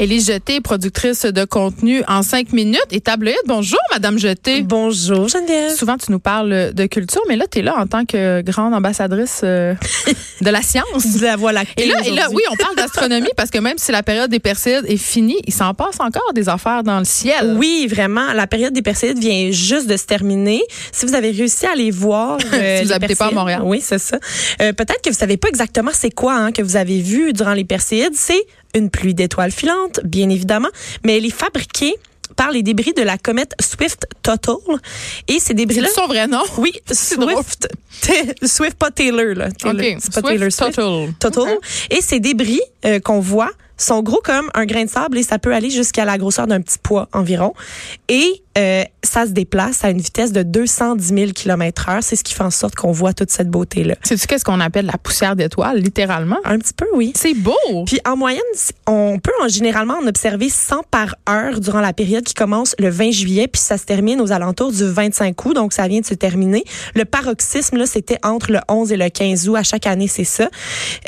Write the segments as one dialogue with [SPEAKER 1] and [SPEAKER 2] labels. [SPEAKER 1] Élise Jeté, productrice de contenu en cinq minutes et tabloïde. Bonjour, Madame Jeté.
[SPEAKER 2] Bonjour Geneviève.
[SPEAKER 1] Souvent, tu nous parles de culture, mais là, tu es là en tant que grande ambassadrice euh, de la science.
[SPEAKER 2] De la voix lactée
[SPEAKER 1] Et là, et là,
[SPEAKER 2] aujourd'hui.
[SPEAKER 1] oui, on parle d'astronomie parce que même si la période des Perséides est finie, il s'en passe encore des affaires dans le ciel.
[SPEAKER 2] Oui, vraiment. La période des Perséides vient juste de se terminer. Si vous avez réussi à les voir, euh,
[SPEAKER 1] vous
[SPEAKER 2] les
[SPEAKER 1] habitez pas à
[SPEAKER 2] Perséides-
[SPEAKER 1] Montréal.
[SPEAKER 2] oui, c'est ça. Euh, Peut-être que vous savez pas exactement c'est quoi hein, que vous avez vu durant les Perséides. C'est une pluie d'étoiles filantes, bien évidemment, mais elle est fabriquée par les débris de la comète Swift-Tuttle. Et ces
[SPEAKER 1] C'est
[SPEAKER 2] débris-là...
[SPEAKER 1] son vrai nom.
[SPEAKER 2] Oui,
[SPEAKER 1] drôle.
[SPEAKER 2] Swift. Swift, pas Taylor, là. Taylor.
[SPEAKER 1] OK.
[SPEAKER 2] C'est pas Taylor Swift.
[SPEAKER 1] Tuttle.
[SPEAKER 2] total. Et ces débris euh, qu'on voit sont gros comme un grain de sable et ça peut aller jusqu'à la grosseur d'un petit poids environ. Et euh, ça se déplace à une vitesse de 210 000 km heure. C'est ce qui fait en sorte qu'on voit toute cette beauté-là.
[SPEAKER 1] Sais-tu qu'est-ce qu'on appelle la poussière d'étoiles, littéralement?
[SPEAKER 2] Un petit peu, oui.
[SPEAKER 1] C'est beau.
[SPEAKER 2] Puis en moyenne, c- on peut en généralement en observer 100 par heure durant la période qui commence le 20 juillet, puis ça se termine aux alentours du 25 août, donc ça vient de se terminer. Le paroxysme, là, c'était entre le 11 et le 15 août. À chaque année, c'est ça.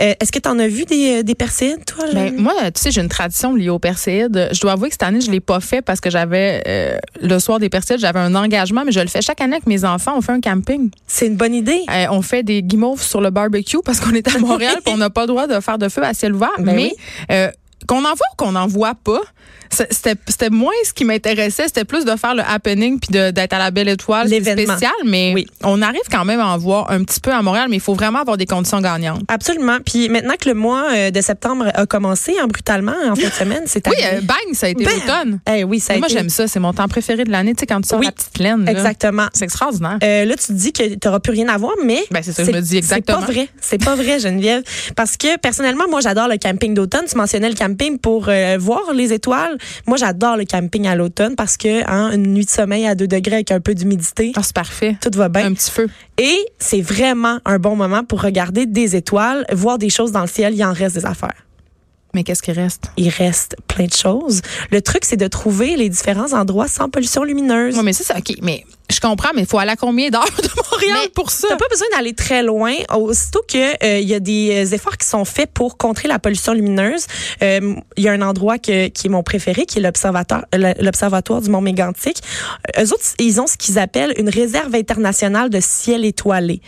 [SPEAKER 2] Euh, Est-ce que tu en as vu des, euh, des perséides, toi?
[SPEAKER 1] Ben,
[SPEAKER 2] Jeanne?
[SPEAKER 1] moi, tu sais, j'ai une tradition liée aux Perséides. Je dois avouer que cette année, je l'ai pas fait parce que j'avais, euh, le soir des Perséides, j'avais un engagement, mais je le fais chaque année avec mes enfants. On fait un camping.
[SPEAKER 2] C'est une bonne idée.
[SPEAKER 1] Euh, on fait des guimauves sur le barbecue parce qu'on est à Montréal et on n'a pas le droit de faire de feu à ciel ouvert.
[SPEAKER 2] Ben
[SPEAKER 1] mais euh, qu'on en voit ou qu'on n'en voit pas, c'est- c'était c'était moins ce qui m'intéressait. C'était plus de faire le happening puis de- d'être à la belle étoile. C'est
[SPEAKER 2] L'événement.
[SPEAKER 1] spécial, mais
[SPEAKER 2] Oui.
[SPEAKER 1] on arrive quand même à en voir un petit peu à Montréal, mais il faut vraiment avoir des conditions gagnantes.
[SPEAKER 2] Absolument. Puis maintenant que le mois euh, de septembre a commencé hein, brutalement en fin de semaine, c'est
[SPEAKER 1] Oui,
[SPEAKER 2] arrivé.
[SPEAKER 1] euh, bang, ça a été
[SPEAKER 2] Bam!
[SPEAKER 1] l'automne.
[SPEAKER 2] Eh oui, ça a
[SPEAKER 1] Moi,
[SPEAKER 2] été-
[SPEAKER 1] j'aime ça. C'est mon temps préféré de l'année, tu sais, quand tu sors
[SPEAKER 2] Oui.
[SPEAKER 1] la petite plaine. là.
[SPEAKER 2] Exactement.
[SPEAKER 1] C'est extraordinaire.
[SPEAKER 2] Euh, là, tu te dis que tu n'auras plus rien à voir, mais
[SPEAKER 1] Ben, c'est ça que je me dis exactement.
[SPEAKER 2] C'est pas vrai. C'est pas vrai, Geneviève. Parce que personnellement, moi, j'adore le camping d'automne. Tu mentionnais le camping pour euh, voir les étoiles. Moi, j'adore le camping à l'automne parce que hein, une nuit de sommeil à 2 degrés avec un peu d'humidité,
[SPEAKER 1] Ah, c'est parfait.
[SPEAKER 2] tout va bien.
[SPEAKER 1] Un petit feu.
[SPEAKER 2] Et c'est vraiment un bon moment pour regarder des étoiles, voir des choses dans le ciel. Il en reste des affaires.
[SPEAKER 1] Mais qu'est-ce qui reste?
[SPEAKER 2] il reste plein de choses. Le truc, c'est de trouver les différents endroits sans pollution lumineuse.
[SPEAKER 1] Oui, mais ça, c'est OK. Mais je comprends, mais il faut aller à combien d'heures de Montréal
[SPEAKER 2] Mais
[SPEAKER 1] pour ça?
[SPEAKER 2] T'as pas besoin d'aller très loin. Aussitôt que euh, il y a des efforts qui sont faits pour contrer la pollution lumineuse, euh, il y a un endroit que- qui est mon préféré, qui est l'observatoire, l'observatoire du Mont Mégantic. Euh, Eux autres, ils ont ce qu'ils appellent une réserve internationale de ciel étoilé.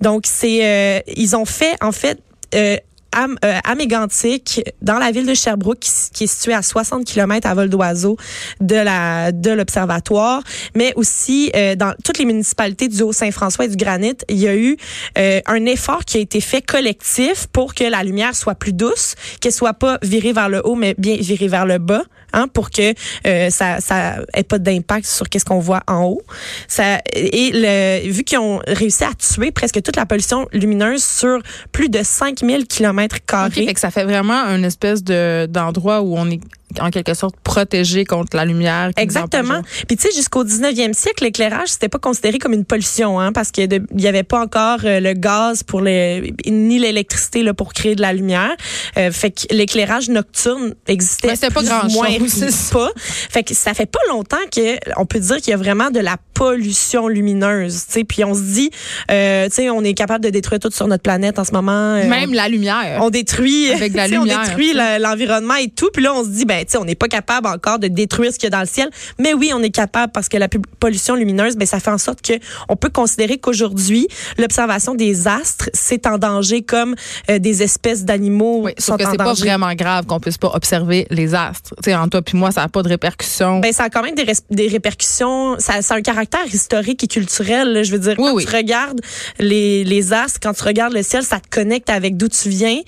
[SPEAKER 2] Donc c'est, euh, ils ont fait en fait. euh, à, euh, à Mégantic, dans la ville de Sherbrooke, qui, s- qui est située à 60 km à vol d'oiseau de la de l'observatoire, mais aussi euh, dans toutes les municipalités du Haut-Saint-François et du Granit, il y a eu euh, un effort qui a été fait collectif pour que la lumière soit plus douce, qu'elle soit pas virée vers le haut, mais bien virée vers le bas, hein, pour que euh, ça ça ait pas d'impact sur qu'est-ce qu'on voit en haut. Ça et le, vu qu'ils ont réussi à tuer presque toute la pollution lumineuse sur plus de 5000 kilomètres
[SPEAKER 1] OK,
[SPEAKER 2] carrés.
[SPEAKER 1] fait que ça fait vraiment une espèce de d'endroit où on est en quelque sorte protégé contre la lumière. qui nous
[SPEAKER 2] Exactement.
[SPEAKER 1] empêche. hein.
[SPEAKER 2] Puis tu sais, jusqu'au 19e siècle, l'éclairage, c'était pas considéré comme une pollution, hein, parce qu'il n'y avait pas encore euh, le gaz pour les, ni l'électricité là, pour créer de la lumière. Euh, fait que l'éclairage nocturne existait
[SPEAKER 1] Mais c'était pas
[SPEAKER 2] plus ou
[SPEAKER 1] grand-chose,
[SPEAKER 2] moins
[SPEAKER 1] c'est ça.
[SPEAKER 2] pas. Fait que ça fait pas longtemps que on peut dire qu'il y a vraiment de la pollution lumineuse. Tu sais, puis on se dit, euh, tu sais, on est capable de détruire tout sur notre planète en ce moment. Euh,
[SPEAKER 1] Même la lumière.
[SPEAKER 2] on détruit
[SPEAKER 1] Avec de la
[SPEAKER 2] tu sais, on
[SPEAKER 1] lumière.
[SPEAKER 2] détruit la- l'environnement et tout puis là on se dit ben tu sais on n'est pas capable encore de détruire ce qu'il y a dans le ciel mais oui on est capable parce que la pub- pollution lumineuse ben ça fait en sorte que on peut considérer qu'aujourd'hui l'observation des astres c'est en danger comme euh, des espèces d'animaux
[SPEAKER 1] Oui,
[SPEAKER 2] sont
[SPEAKER 1] sauf que
[SPEAKER 2] en
[SPEAKER 1] c'est pas
[SPEAKER 2] danger
[SPEAKER 1] vraiment grave qu'on puisse pas observer les astres. Tu sais, en toi puis moi, ça n'a pas de répercussions.
[SPEAKER 2] Ben, ça a quand même des, res- des répercussions. Ça, ça a un caractère historique et culturel. là. Je veux dire,
[SPEAKER 1] Oui,
[SPEAKER 2] quand
[SPEAKER 1] oui.
[SPEAKER 2] tu regardes les, les astres, quand tu regardes le ciel, ça te connecte avec d'où tu viens,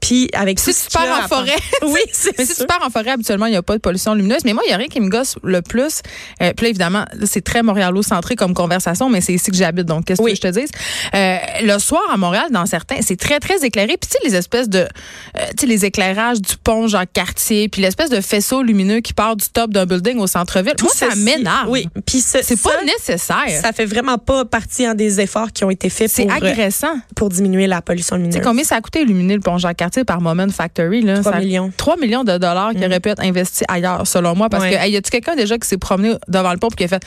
[SPEAKER 2] puis avec
[SPEAKER 1] Si
[SPEAKER 2] tout ce
[SPEAKER 1] tu pars
[SPEAKER 2] qu'il y a
[SPEAKER 1] en
[SPEAKER 2] à part-
[SPEAKER 1] forêt,
[SPEAKER 2] oui, c'est
[SPEAKER 1] mais si
[SPEAKER 2] sûr.
[SPEAKER 1] tu pars en forêt habituellement, il n'y a pas de pollution lumineuse. Mais moi, il y a rien qui me gosse le plus. Euh, Puis là, évidemment, là, c'est très montréalo-centré comme conversation, mais c'est ici que j'habite. Donc, qu'est-ce
[SPEAKER 2] Oui.
[SPEAKER 1] que je te dise? Euh, le soir à Montréal, dans certains, c'est très, très éclairé. Puis tu sais, les espèces de... euh, tu sais, les éclairages du pont Jean-Cartier, puis l'espèce de faisceau lumineux qui part du top d'un building au centre-ville. Moi, ça
[SPEAKER 2] ceci-
[SPEAKER 1] m'énerve.
[SPEAKER 2] Oui, puis ce-
[SPEAKER 1] C'est
[SPEAKER 2] ça,
[SPEAKER 1] pas nécessaire.
[SPEAKER 2] ça fait vraiment pas partie hein, des efforts qui ont été faits
[SPEAKER 1] c'est
[SPEAKER 2] pour, euh,
[SPEAKER 1] agressant.
[SPEAKER 2] pour diminuer la pollution
[SPEAKER 1] Tu
[SPEAKER 2] lumineuse.
[SPEAKER 1] sais combien ça a coûté illuminer le pont Jean-Cartier par Moment Factory? Là?
[SPEAKER 2] 3
[SPEAKER 1] Ça-
[SPEAKER 2] millions. Mm.
[SPEAKER 1] 3 millions de dollars qui auraient pu être investis ailleurs, selon moi. Parce
[SPEAKER 2] Ouais.
[SPEAKER 1] que, hey, y a-tu quelqu'un déjà qui s'est promené devant le pont et qui a fait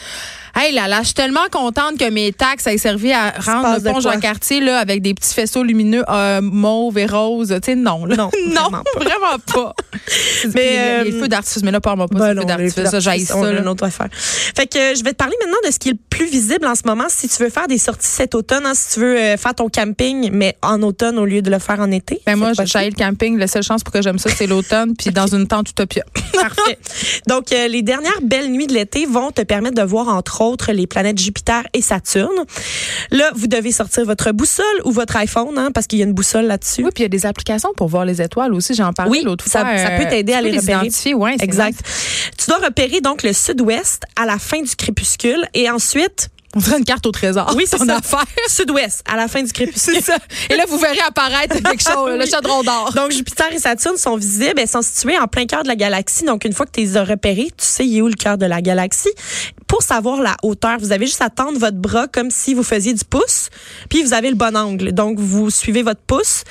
[SPEAKER 1] Hey, là, là, je suis tellement contente que mes taxes aient servi à rendre
[SPEAKER 2] passe
[SPEAKER 1] le
[SPEAKER 2] de
[SPEAKER 1] pont
[SPEAKER 2] quoi?
[SPEAKER 1] Jean-Cartier là, avec des petits faisceaux lumineux euh, mauves et roses. Tu sais, non. là.
[SPEAKER 2] Non,
[SPEAKER 1] non, vraiment pas.
[SPEAKER 2] Mais,
[SPEAKER 1] Mais, le,
[SPEAKER 2] euh,
[SPEAKER 1] feu d'artifice, mais là, parle-moi pas
[SPEAKER 2] Ben
[SPEAKER 1] du
[SPEAKER 2] non,
[SPEAKER 1] feu
[SPEAKER 2] les feux
[SPEAKER 1] d'artifice. Ça, j'haïs
[SPEAKER 2] d'artifice,
[SPEAKER 1] ça.
[SPEAKER 2] on a
[SPEAKER 1] là.
[SPEAKER 2] une autre affaire. Fait que euh, je vais te parler maintenant de ce qui est le plus visible en ce moment si tu veux faire des sorties cet automne, hein, si tu veux euh, faire ton camping, mais en automne au lieu de le faire en été.
[SPEAKER 1] Ben, moi,
[SPEAKER 2] C'est possible.
[SPEAKER 1] j'haïs le camping. La seule chance pour que j'aime ça, c'est l'automne, puis dans une tente utopia.
[SPEAKER 2] Parfait. Donc, euh, les dernières belles nuits de l'été vont te permettre de voir, entre autres, les planètes Jupiter et Saturne. Là, vous devez sortir votre boussole ou votre iPhone, hein, parce qu'il y a une boussole là-dessus.
[SPEAKER 1] Oui, puis il y a des applications pour voir les étoiles aussi. J'en parlais
[SPEAKER 2] Oui,
[SPEAKER 1] l'autre
[SPEAKER 2] ça-
[SPEAKER 1] fois. euh,
[SPEAKER 2] ça peut t'aider à
[SPEAKER 1] tu peux
[SPEAKER 2] les repérer.
[SPEAKER 1] identifier, ouais, c'est
[SPEAKER 2] Exact.
[SPEAKER 1] nice.
[SPEAKER 2] Tu dois repérer donc le sud-ouest à la fin du crépuscule et ensuite
[SPEAKER 1] On dirait une carte au trésor.
[SPEAKER 2] Oui, c'est
[SPEAKER 1] ton
[SPEAKER 2] ça.
[SPEAKER 1] affaire.
[SPEAKER 2] sud-ouest à la fin du crépuscule.
[SPEAKER 1] C'est ça. Et là, vous verrez apparaître quelque chose, le
[SPEAKER 2] Oui.
[SPEAKER 1] chaudron d'or.
[SPEAKER 2] Donc, Jupiter et Saturne sont visibles. Elles sont situées en plein cœur de la galaxie. Donc, une fois que tu les as repérées, tu sais il est où le cœur de la galaxie. Pour savoir la hauteur, vous avez juste à tendre votre bras comme si vous faisiez du pouce, puis vous avez le bon angle. Donc, vous suivez votre pouce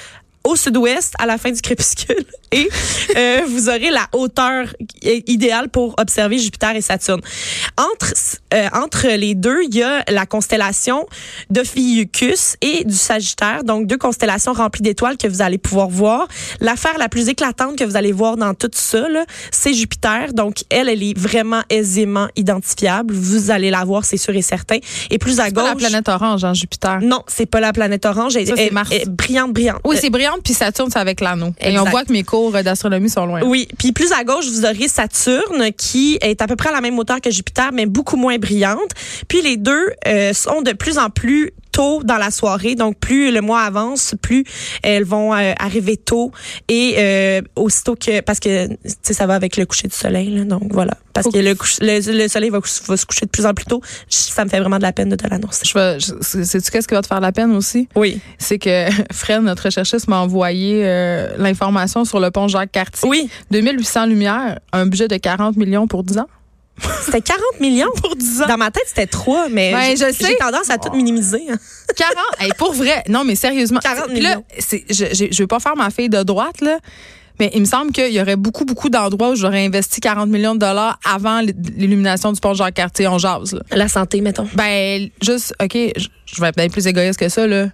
[SPEAKER 2] au sud-ouest à la fin du crépuscule et euh, vous aurez la hauteur i- idéale pour observer Jupiter et Saturne. Entre, euh, entre les deux, il y a la constellation d'Ophiuchus et du Sagittaire, donc deux constellations remplies d'étoiles que vous allez pouvoir voir. L'affaire la plus éclatante que vous allez voir dans tout ça, là, c'est Jupiter. Donc, elle, elle est vraiment aisément identifiable. Vous allez la voir, c'est sûr et certain. Et plus à
[SPEAKER 1] Pas
[SPEAKER 2] gauche...
[SPEAKER 1] la planète orange, hein, Jupiter.
[SPEAKER 2] Non, c'est pas la planète orange. Elle,
[SPEAKER 1] Ça, c'est
[SPEAKER 2] elle-
[SPEAKER 1] Mars.
[SPEAKER 2] elle est brillante, brillante. Euh,
[SPEAKER 1] Oui, c'est brillante, puis Saturne, c'est avec l'anneau. Et on
[SPEAKER 2] Exact.
[SPEAKER 1] voit que mes cours euh, d'astronomie sont loin.
[SPEAKER 2] Oui, puis plus à gauche, vous aurez Saturne qui est à peu près à la même hauteur que Jupiter, mais beaucoup moins brillante. Puis les deux euh, sont de plus en plus tôt dans la soirée, donc plus le mois avance, plus euh, elles vont euh, arriver tôt et euh, aussitôt que parce que tu sais ça va avec le coucher du soleil, là, donc voilà parce que le, couche- le, le soleil va, cou- va se coucher de plus en plus tôt. Je- Ça me fait vraiment de la peine de te l'annoncer.
[SPEAKER 1] Je vais- je- c'est- Sais-tu qu'est-ce qui va te faire la peine aussi?
[SPEAKER 2] Oui,
[SPEAKER 1] C'est que Fred, notre chercheuse, m'a envoyé euh, l'information sur le pont Jacques-Cartier.
[SPEAKER 2] oui,
[SPEAKER 1] 2800 lumières, un budget de 40 millions pour 10 ans.
[SPEAKER 2] c'était 40 millions pour 10 ans. Dans ma tête, c'était 3, mais
[SPEAKER 1] Ben,
[SPEAKER 2] j'ai-
[SPEAKER 1] je sais.
[SPEAKER 2] j'ai tendance à tout minimiser. hein.
[SPEAKER 1] 40, hey, pour vrai. Non, mais sérieusement.
[SPEAKER 2] 40
[SPEAKER 1] Puis là,
[SPEAKER 2] millions.
[SPEAKER 1] c'est- je, je, je veux pas faire ma fille de droite, là. Mais il me semble qu'il y aurait beaucoup, beaucoup d'endroits où j'aurais investi 40 millions de dollars avant l- l'illumination du pont Jean-Cartier. On jase, là.
[SPEAKER 2] La santé, mettons.
[SPEAKER 1] Ben, juste, OK, je je vais être plus égoïste que ça, là.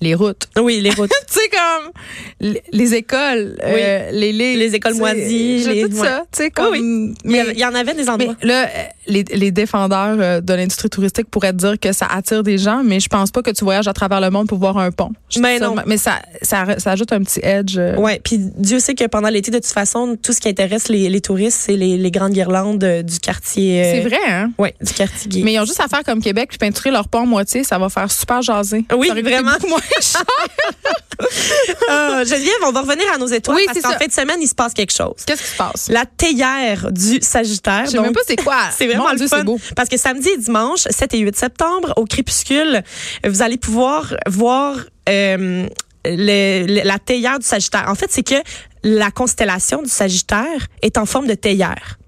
[SPEAKER 1] Les routes.
[SPEAKER 2] Oui, les routes.
[SPEAKER 1] Tu sais, comme l- les écoles,
[SPEAKER 2] Oui.
[SPEAKER 1] euh, les ligues,
[SPEAKER 2] Les écoles
[SPEAKER 1] tu sais,
[SPEAKER 2] moisies,
[SPEAKER 1] je-
[SPEAKER 2] les-
[SPEAKER 1] tout
[SPEAKER 2] ouais.
[SPEAKER 1] ça. Tu sais, comme.
[SPEAKER 2] Oui, Mais
[SPEAKER 1] Mais,
[SPEAKER 2] il y en avait des
[SPEAKER 1] mais
[SPEAKER 2] endroits.
[SPEAKER 1] là, euh, les, les défendeurs euh, de l'industrie touristique pourraient te dire que ça attire des gens, mais je pense pas que tu voyages à travers le monde pour voir un pont. Je dis
[SPEAKER 2] Mais
[SPEAKER 1] ça de
[SPEAKER 2] non.
[SPEAKER 1] même. Mais ça, ça, ça ajoute un petit edge. euh.
[SPEAKER 2] Ouais, puis Dieu sait que pendant l'été, de toute façon, tout ce qui intéresse les, les touristes, c'est les, les grandes guirlandes euh, du quartier. euh,
[SPEAKER 1] C'est vrai, hein?
[SPEAKER 2] Ouais, du quartier gay.
[SPEAKER 1] Mais ils ont juste à faire comme Québec puis peinturer leur pont en moitié, ça va faire super jaser.
[SPEAKER 2] Oui,
[SPEAKER 1] Ça aurait coûté
[SPEAKER 2] vraiment.
[SPEAKER 1] beaucoup moins cher.
[SPEAKER 2] Ah, Geneviève, on va revenir à nos étoiles
[SPEAKER 1] Oui,
[SPEAKER 2] parce
[SPEAKER 1] c'est
[SPEAKER 2] qu'en
[SPEAKER 1] ça.
[SPEAKER 2] fin de semaine, il se passe quelque chose.
[SPEAKER 1] Qu'est-ce qui se passe?
[SPEAKER 2] La théière du Sagittaire.
[SPEAKER 1] Je sais
[SPEAKER 2] donc-
[SPEAKER 1] même pas c'est quoi.
[SPEAKER 2] C'est vraiment
[SPEAKER 1] Mon
[SPEAKER 2] le
[SPEAKER 1] Dieu,
[SPEAKER 2] fun.
[SPEAKER 1] c'est beau.
[SPEAKER 2] Parce que samedi et dimanche, 7 et 8 septembre, au crépuscule, vous allez pouvoir voir euh, le- le- la théière du Sagittaire. En fait, c'est que la constellation du Sagittaire est en forme de théière.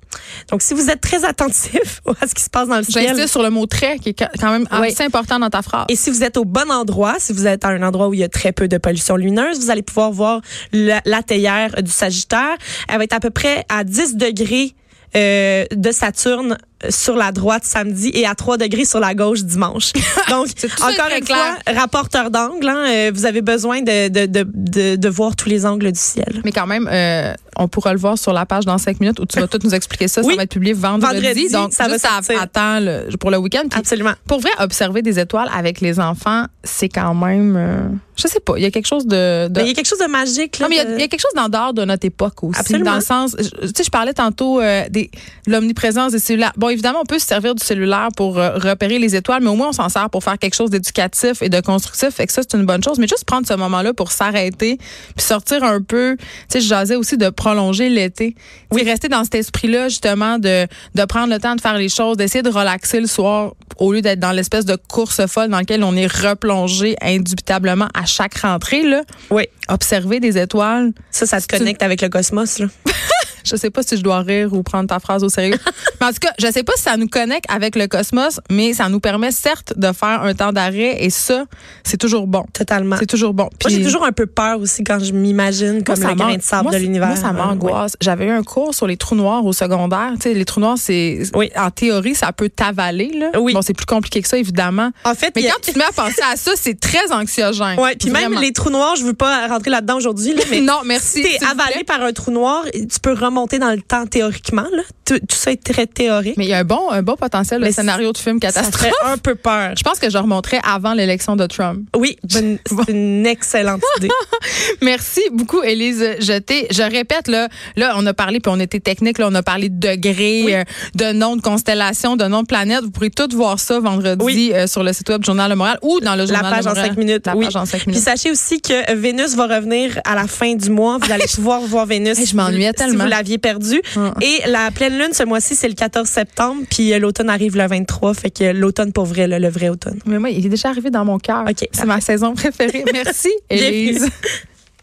[SPEAKER 2] Donc, si vous êtes très attentif à ce qui se passe dans le ciel,
[SPEAKER 1] J'insiste sur le mot trait qui est quand même
[SPEAKER 2] Oui.
[SPEAKER 1] assez important dans ta phrase.
[SPEAKER 2] et si vous êtes au bon endroit, si vous êtes à un endroit où il y a très peu de pollution lumineuse, vous allez pouvoir voir la, la théière du Sagittaire. Elle va être à peu près à 10 degrés euh, de Saturne sur la droite samedi et à 3 degrés sur la gauche dimanche. Donc,
[SPEAKER 1] C'est tout de suite
[SPEAKER 2] encore
[SPEAKER 1] très
[SPEAKER 2] une fois, rapporteur d'angle, hein, euh, vous avez besoin de, de, de, de, de voir tous les angles du ciel.
[SPEAKER 1] Mais quand même, euh, on pourra le voir sur la page dans cinq minutes où tu vas tout nous expliquer ça.
[SPEAKER 2] Oui.
[SPEAKER 1] Ça va être publié vendredi.
[SPEAKER 2] Vendredi,
[SPEAKER 1] donc,
[SPEAKER 2] ça va
[SPEAKER 1] juste à-
[SPEAKER 2] sortir.
[SPEAKER 1] attends le- pour le week-end. Puis,
[SPEAKER 2] Absolument.
[SPEAKER 1] Pour vrai, observer des étoiles avec les enfants, c'est quand même. euh, je sais pas. Il y a quelque chose de. de-
[SPEAKER 2] Mais il y a quelque chose de magique. Là,
[SPEAKER 1] non, Bah. Ah, mais il y a-
[SPEAKER 2] de-
[SPEAKER 1] il y, a quelque chose d'en dehors de notre époque aussi.
[SPEAKER 2] Absolument.
[SPEAKER 1] Dans le sens. je- Tu sais, je parlais tantôt euh, des- de l'omniprésence des cellulaires. Bon, Bon, évidemment, on peut se servir du cellulaire pour euh, repérer les étoiles, mais au moins, on s'en sert pour faire quelque chose d'éducatif et de constructif. Fait que ça, c'est une bonne chose. Mais juste prendre ce moment-là pour s'arrêter, puis sortir un peu. Tu sais, je jasais aussi de prolonger l'été. Oui, rester dans cet esprit-là, justement, de, de prendre le temps de faire les choses, d'essayer de relaxer le soir au lieu d'être dans l'espèce de course folle dans laquelle on est replongé indubitablement à chaque rentrée, là.
[SPEAKER 2] Oui,
[SPEAKER 1] Observer des étoiles.
[SPEAKER 2] ça, ça te
[SPEAKER 1] C'est une-
[SPEAKER 2] connecte avec le cosmos. Là.
[SPEAKER 1] Je sais pas si je dois rire ou prendre ta phrase au sérieux. mais en tout cas, je sais pas si ça nous connecte avec le cosmos, mais ça nous permet certes de faire un temps d'arrêt et ça, c'est toujours bon.
[SPEAKER 2] Totalement.
[SPEAKER 1] C'est toujours bon.
[SPEAKER 2] Ah. Moi, j'ai
[SPEAKER 1] Puis-
[SPEAKER 2] toujours un peu peur aussi quand je m'imagine comme
[SPEAKER 1] Moi,
[SPEAKER 2] le grain
[SPEAKER 1] m'an-
[SPEAKER 2] de sable
[SPEAKER 1] moi,
[SPEAKER 2] de
[SPEAKER 1] c-
[SPEAKER 2] l'univers. hein.
[SPEAKER 1] Moi, ça m'angoisse. J'avais eu un cours sur les trous noirs au secondaire. Tu sais, les trous noirs, c'est
[SPEAKER 2] Oui.
[SPEAKER 1] en théorie, ça peut t'avaler. Là.
[SPEAKER 2] Oui.
[SPEAKER 1] Bon, c'est plus compliqué que ça, évidemment.
[SPEAKER 2] En fait,
[SPEAKER 1] Mais
[SPEAKER 2] il y a-
[SPEAKER 1] quand tu te mets à penser à ça, c'est très anxiogène.
[SPEAKER 2] Ouais, puis même
[SPEAKER 1] Vraiment.
[SPEAKER 2] les trous noirs, je veux pas rentrer là-dedans aujourd'hui, là, mais
[SPEAKER 1] Non, merci.
[SPEAKER 2] si t'es
[SPEAKER 1] s'il vous plaît.
[SPEAKER 2] avalé par un trou noir, tu peux remonter dans le temps théoriquement. Là. Tout, tout ça est très théorique.
[SPEAKER 1] Mais il y a un bon, un bon potentiel de
[SPEAKER 2] Mais
[SPEAKER 1] scénario de film
[SPEAKER 2] ça
[SPEAKER 1] catastrophe.
[SPEAKER 2] ferait un peu peur.
[SPEAKER 1] Je pense que je remonterais avant l'élection de Trump.
[SPEAKER 2] Oui, bonne- c'est une excellente idée.
[SPEAKER 1] Merci beaucoup, Élise Jeté. Je répète, là, là, on a parlé, puis on était technique, là, on a parlé de degrés, euh, de noms de constellations, de noms de planètes. Vous pourrez tout voir ça vendredi
[SPEAKER 2] Oui.
[SPEAKER 1] euh, sur le site web du Journal Le Montréal ou dans le
[SPEAKER 2] La
[SPEAKER 1] Journal
[SPEAKER 2] page
[SPEAKER 1] Le
[SPEAKER 2] en
[SPEAKER 1] Montréal.
[SPEAKER 2] cinq minutes.
[SPEAKER 1] La
[SPEAKER 2] oui.
[SPEAKER 1] page en cinq
[SPEAKER 2] Puis
[SPEAKER 1] minutes.
[SPEAKER 2] sachez aussi que Vénus va revenir à la fin du mois. Vous allez pouvoir voir Vénus.
[SPEAKER 1] Hey, je m'ennuyais
[SPEAKER 2] Si
[SPEAKER 1] tellement.
[SPEAKER 2] vous l'aviez perdue.
[SPEAKER 1] Hum.
[SPEAKER 2] Et la pleine lune ce mois-ci, c'est le 14 septembre. Puis euh, l'automne arrive le 23. Fait que l'automne pour vrai, là, le vrai automne.
[SPEAKER 1] Mais moi, il est déjà arrivé dans mon cœur.
[SPEAKER 2] OK,
[SPEAKER 1] C'est ma saison préférée. Merci,
[SPEAKER 2] Bienvenue.
[SPEAKER 1] Élise.